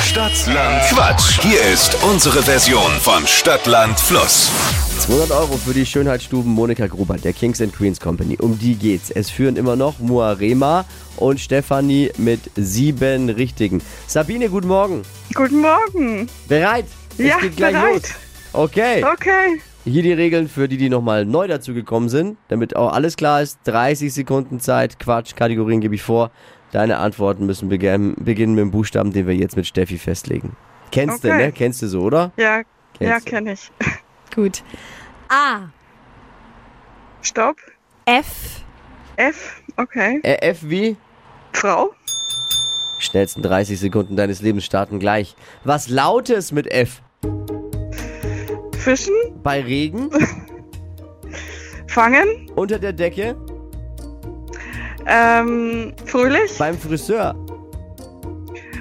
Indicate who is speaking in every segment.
Speaker 1: Stadtland Quatsch. Hier ist unsere Version von Stadtland Fluss.
Speaker 2: 200 Euro für die Schönheitsstuben Monika Gruber, der Kings and Queens Company. Um die geht's. Es führen immer noch Muarema und Stefanie mit sieben Richtigen. Sabine, guten Morgen.
Speaker 3: Guten Morgen.
Speaker 2: Bereit?
Speaker 3: Ja,
Speaker 2: es geht gleich
Speaker 3: bereit.
Speaker 2: los. Okay.
Speaker 3: Okay.
Speaker 2: Hier die Regeln für die, die nochmal neu dazugekommen sind, damit auch alles klar ist. 30 Sekunden Zeit, Quatsch, Kategorien gebe ich vor. Deine Antworten müssen begin- beginnen mit dem Buchstaben, den wir jetzt mit Steffi festlegen. Kennst du,
Speaker 3: Okay.
Speaker 2: ne? Kennst du so, oder?
Speaker 3: Ja, ja
Speaker 2: Kennst du.
Speaker 3: kenne ich.
Speaker 4: Gut. A.
Speaker 3: Stopp.
Speaker 4: F.
Speaker 3: F. Okay.
Speaker 2: Äh, F wie?
Speaker 3: Frau.
Speaker 2: Schnellsten 30 Sekunden deines Lebens starten gleich. Was lautes mit F?
Speaker 3: Fischen.
Speaker 2: Bei Regen?
Speaker 3: Fangen.
Speaker 2: Unter der Decke?
Speaker 3: Ähm, fröhlich.
Speaker 2: Beim Friseur?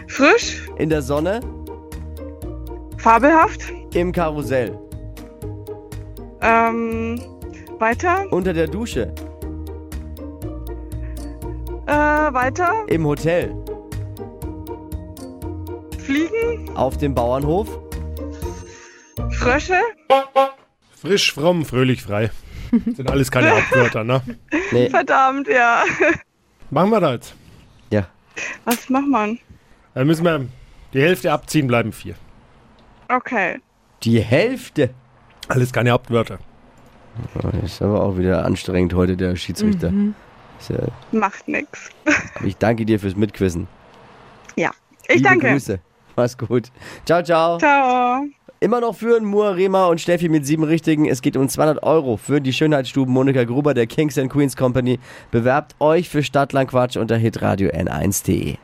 Speaker 3: Frisch.
Speaker 2: In der Sonne?
Speaker 3: Fabelhaft.
Speaker 2: Im Karussell?
Speaker 3: Ähm, weiter.
Speaker 2: Unter der Dusche?
Speaker 3: Äh, weiter.
Speaker 2: Im Hotel?
Speaker 3: Fliegen.
Speaker 2: Auf dem Bauernhof?
Speaker 3: Frösche.
Speaker 5: Frisch, fromm, fröhlich, frei. Sind alles keine Hauptwörter, ne?
Speaker 2: Nee.
Speaker 3: Verdammt, ja.
Speaker 5: Machen wir das jetzt.
Speaker 2: Ja.
Speaker 3: Was macht man?
Speaker 5: Dann müssen wir die Hälfte abziehen, bleiben vier.
Speaker 3: Okay.
Speaker 2: Die Hälfte.
Speaker 5: Alles keine Hauptwörter.
Speaker 2: Oh, das ist aber auch wieder anstrengend heute, der Schiedsrichter.
Speaker 3: Mhm.
Speaker 2: Ist Ja,
Speaker 3: Macht nix.
Speaker 2: ich danke dir fürs Mitquissen.
Speaker 3: Ja. Ich
Speaker 2: Liebe
Speaker 3: danke.
Speaker 2: Grüße. Mach's gut. Ciao, ciao.
Speaker 3: Ciao.
Speaker 2: Immer noch führen Muarema und Steffi mit sieben Richtigen. Es geht um 200 Euro für die Schönheitsstuben Monika Gruber der Kings and Queens Company. Bewerbt euch für Stadtlandquatsch unter hitradio n1.de.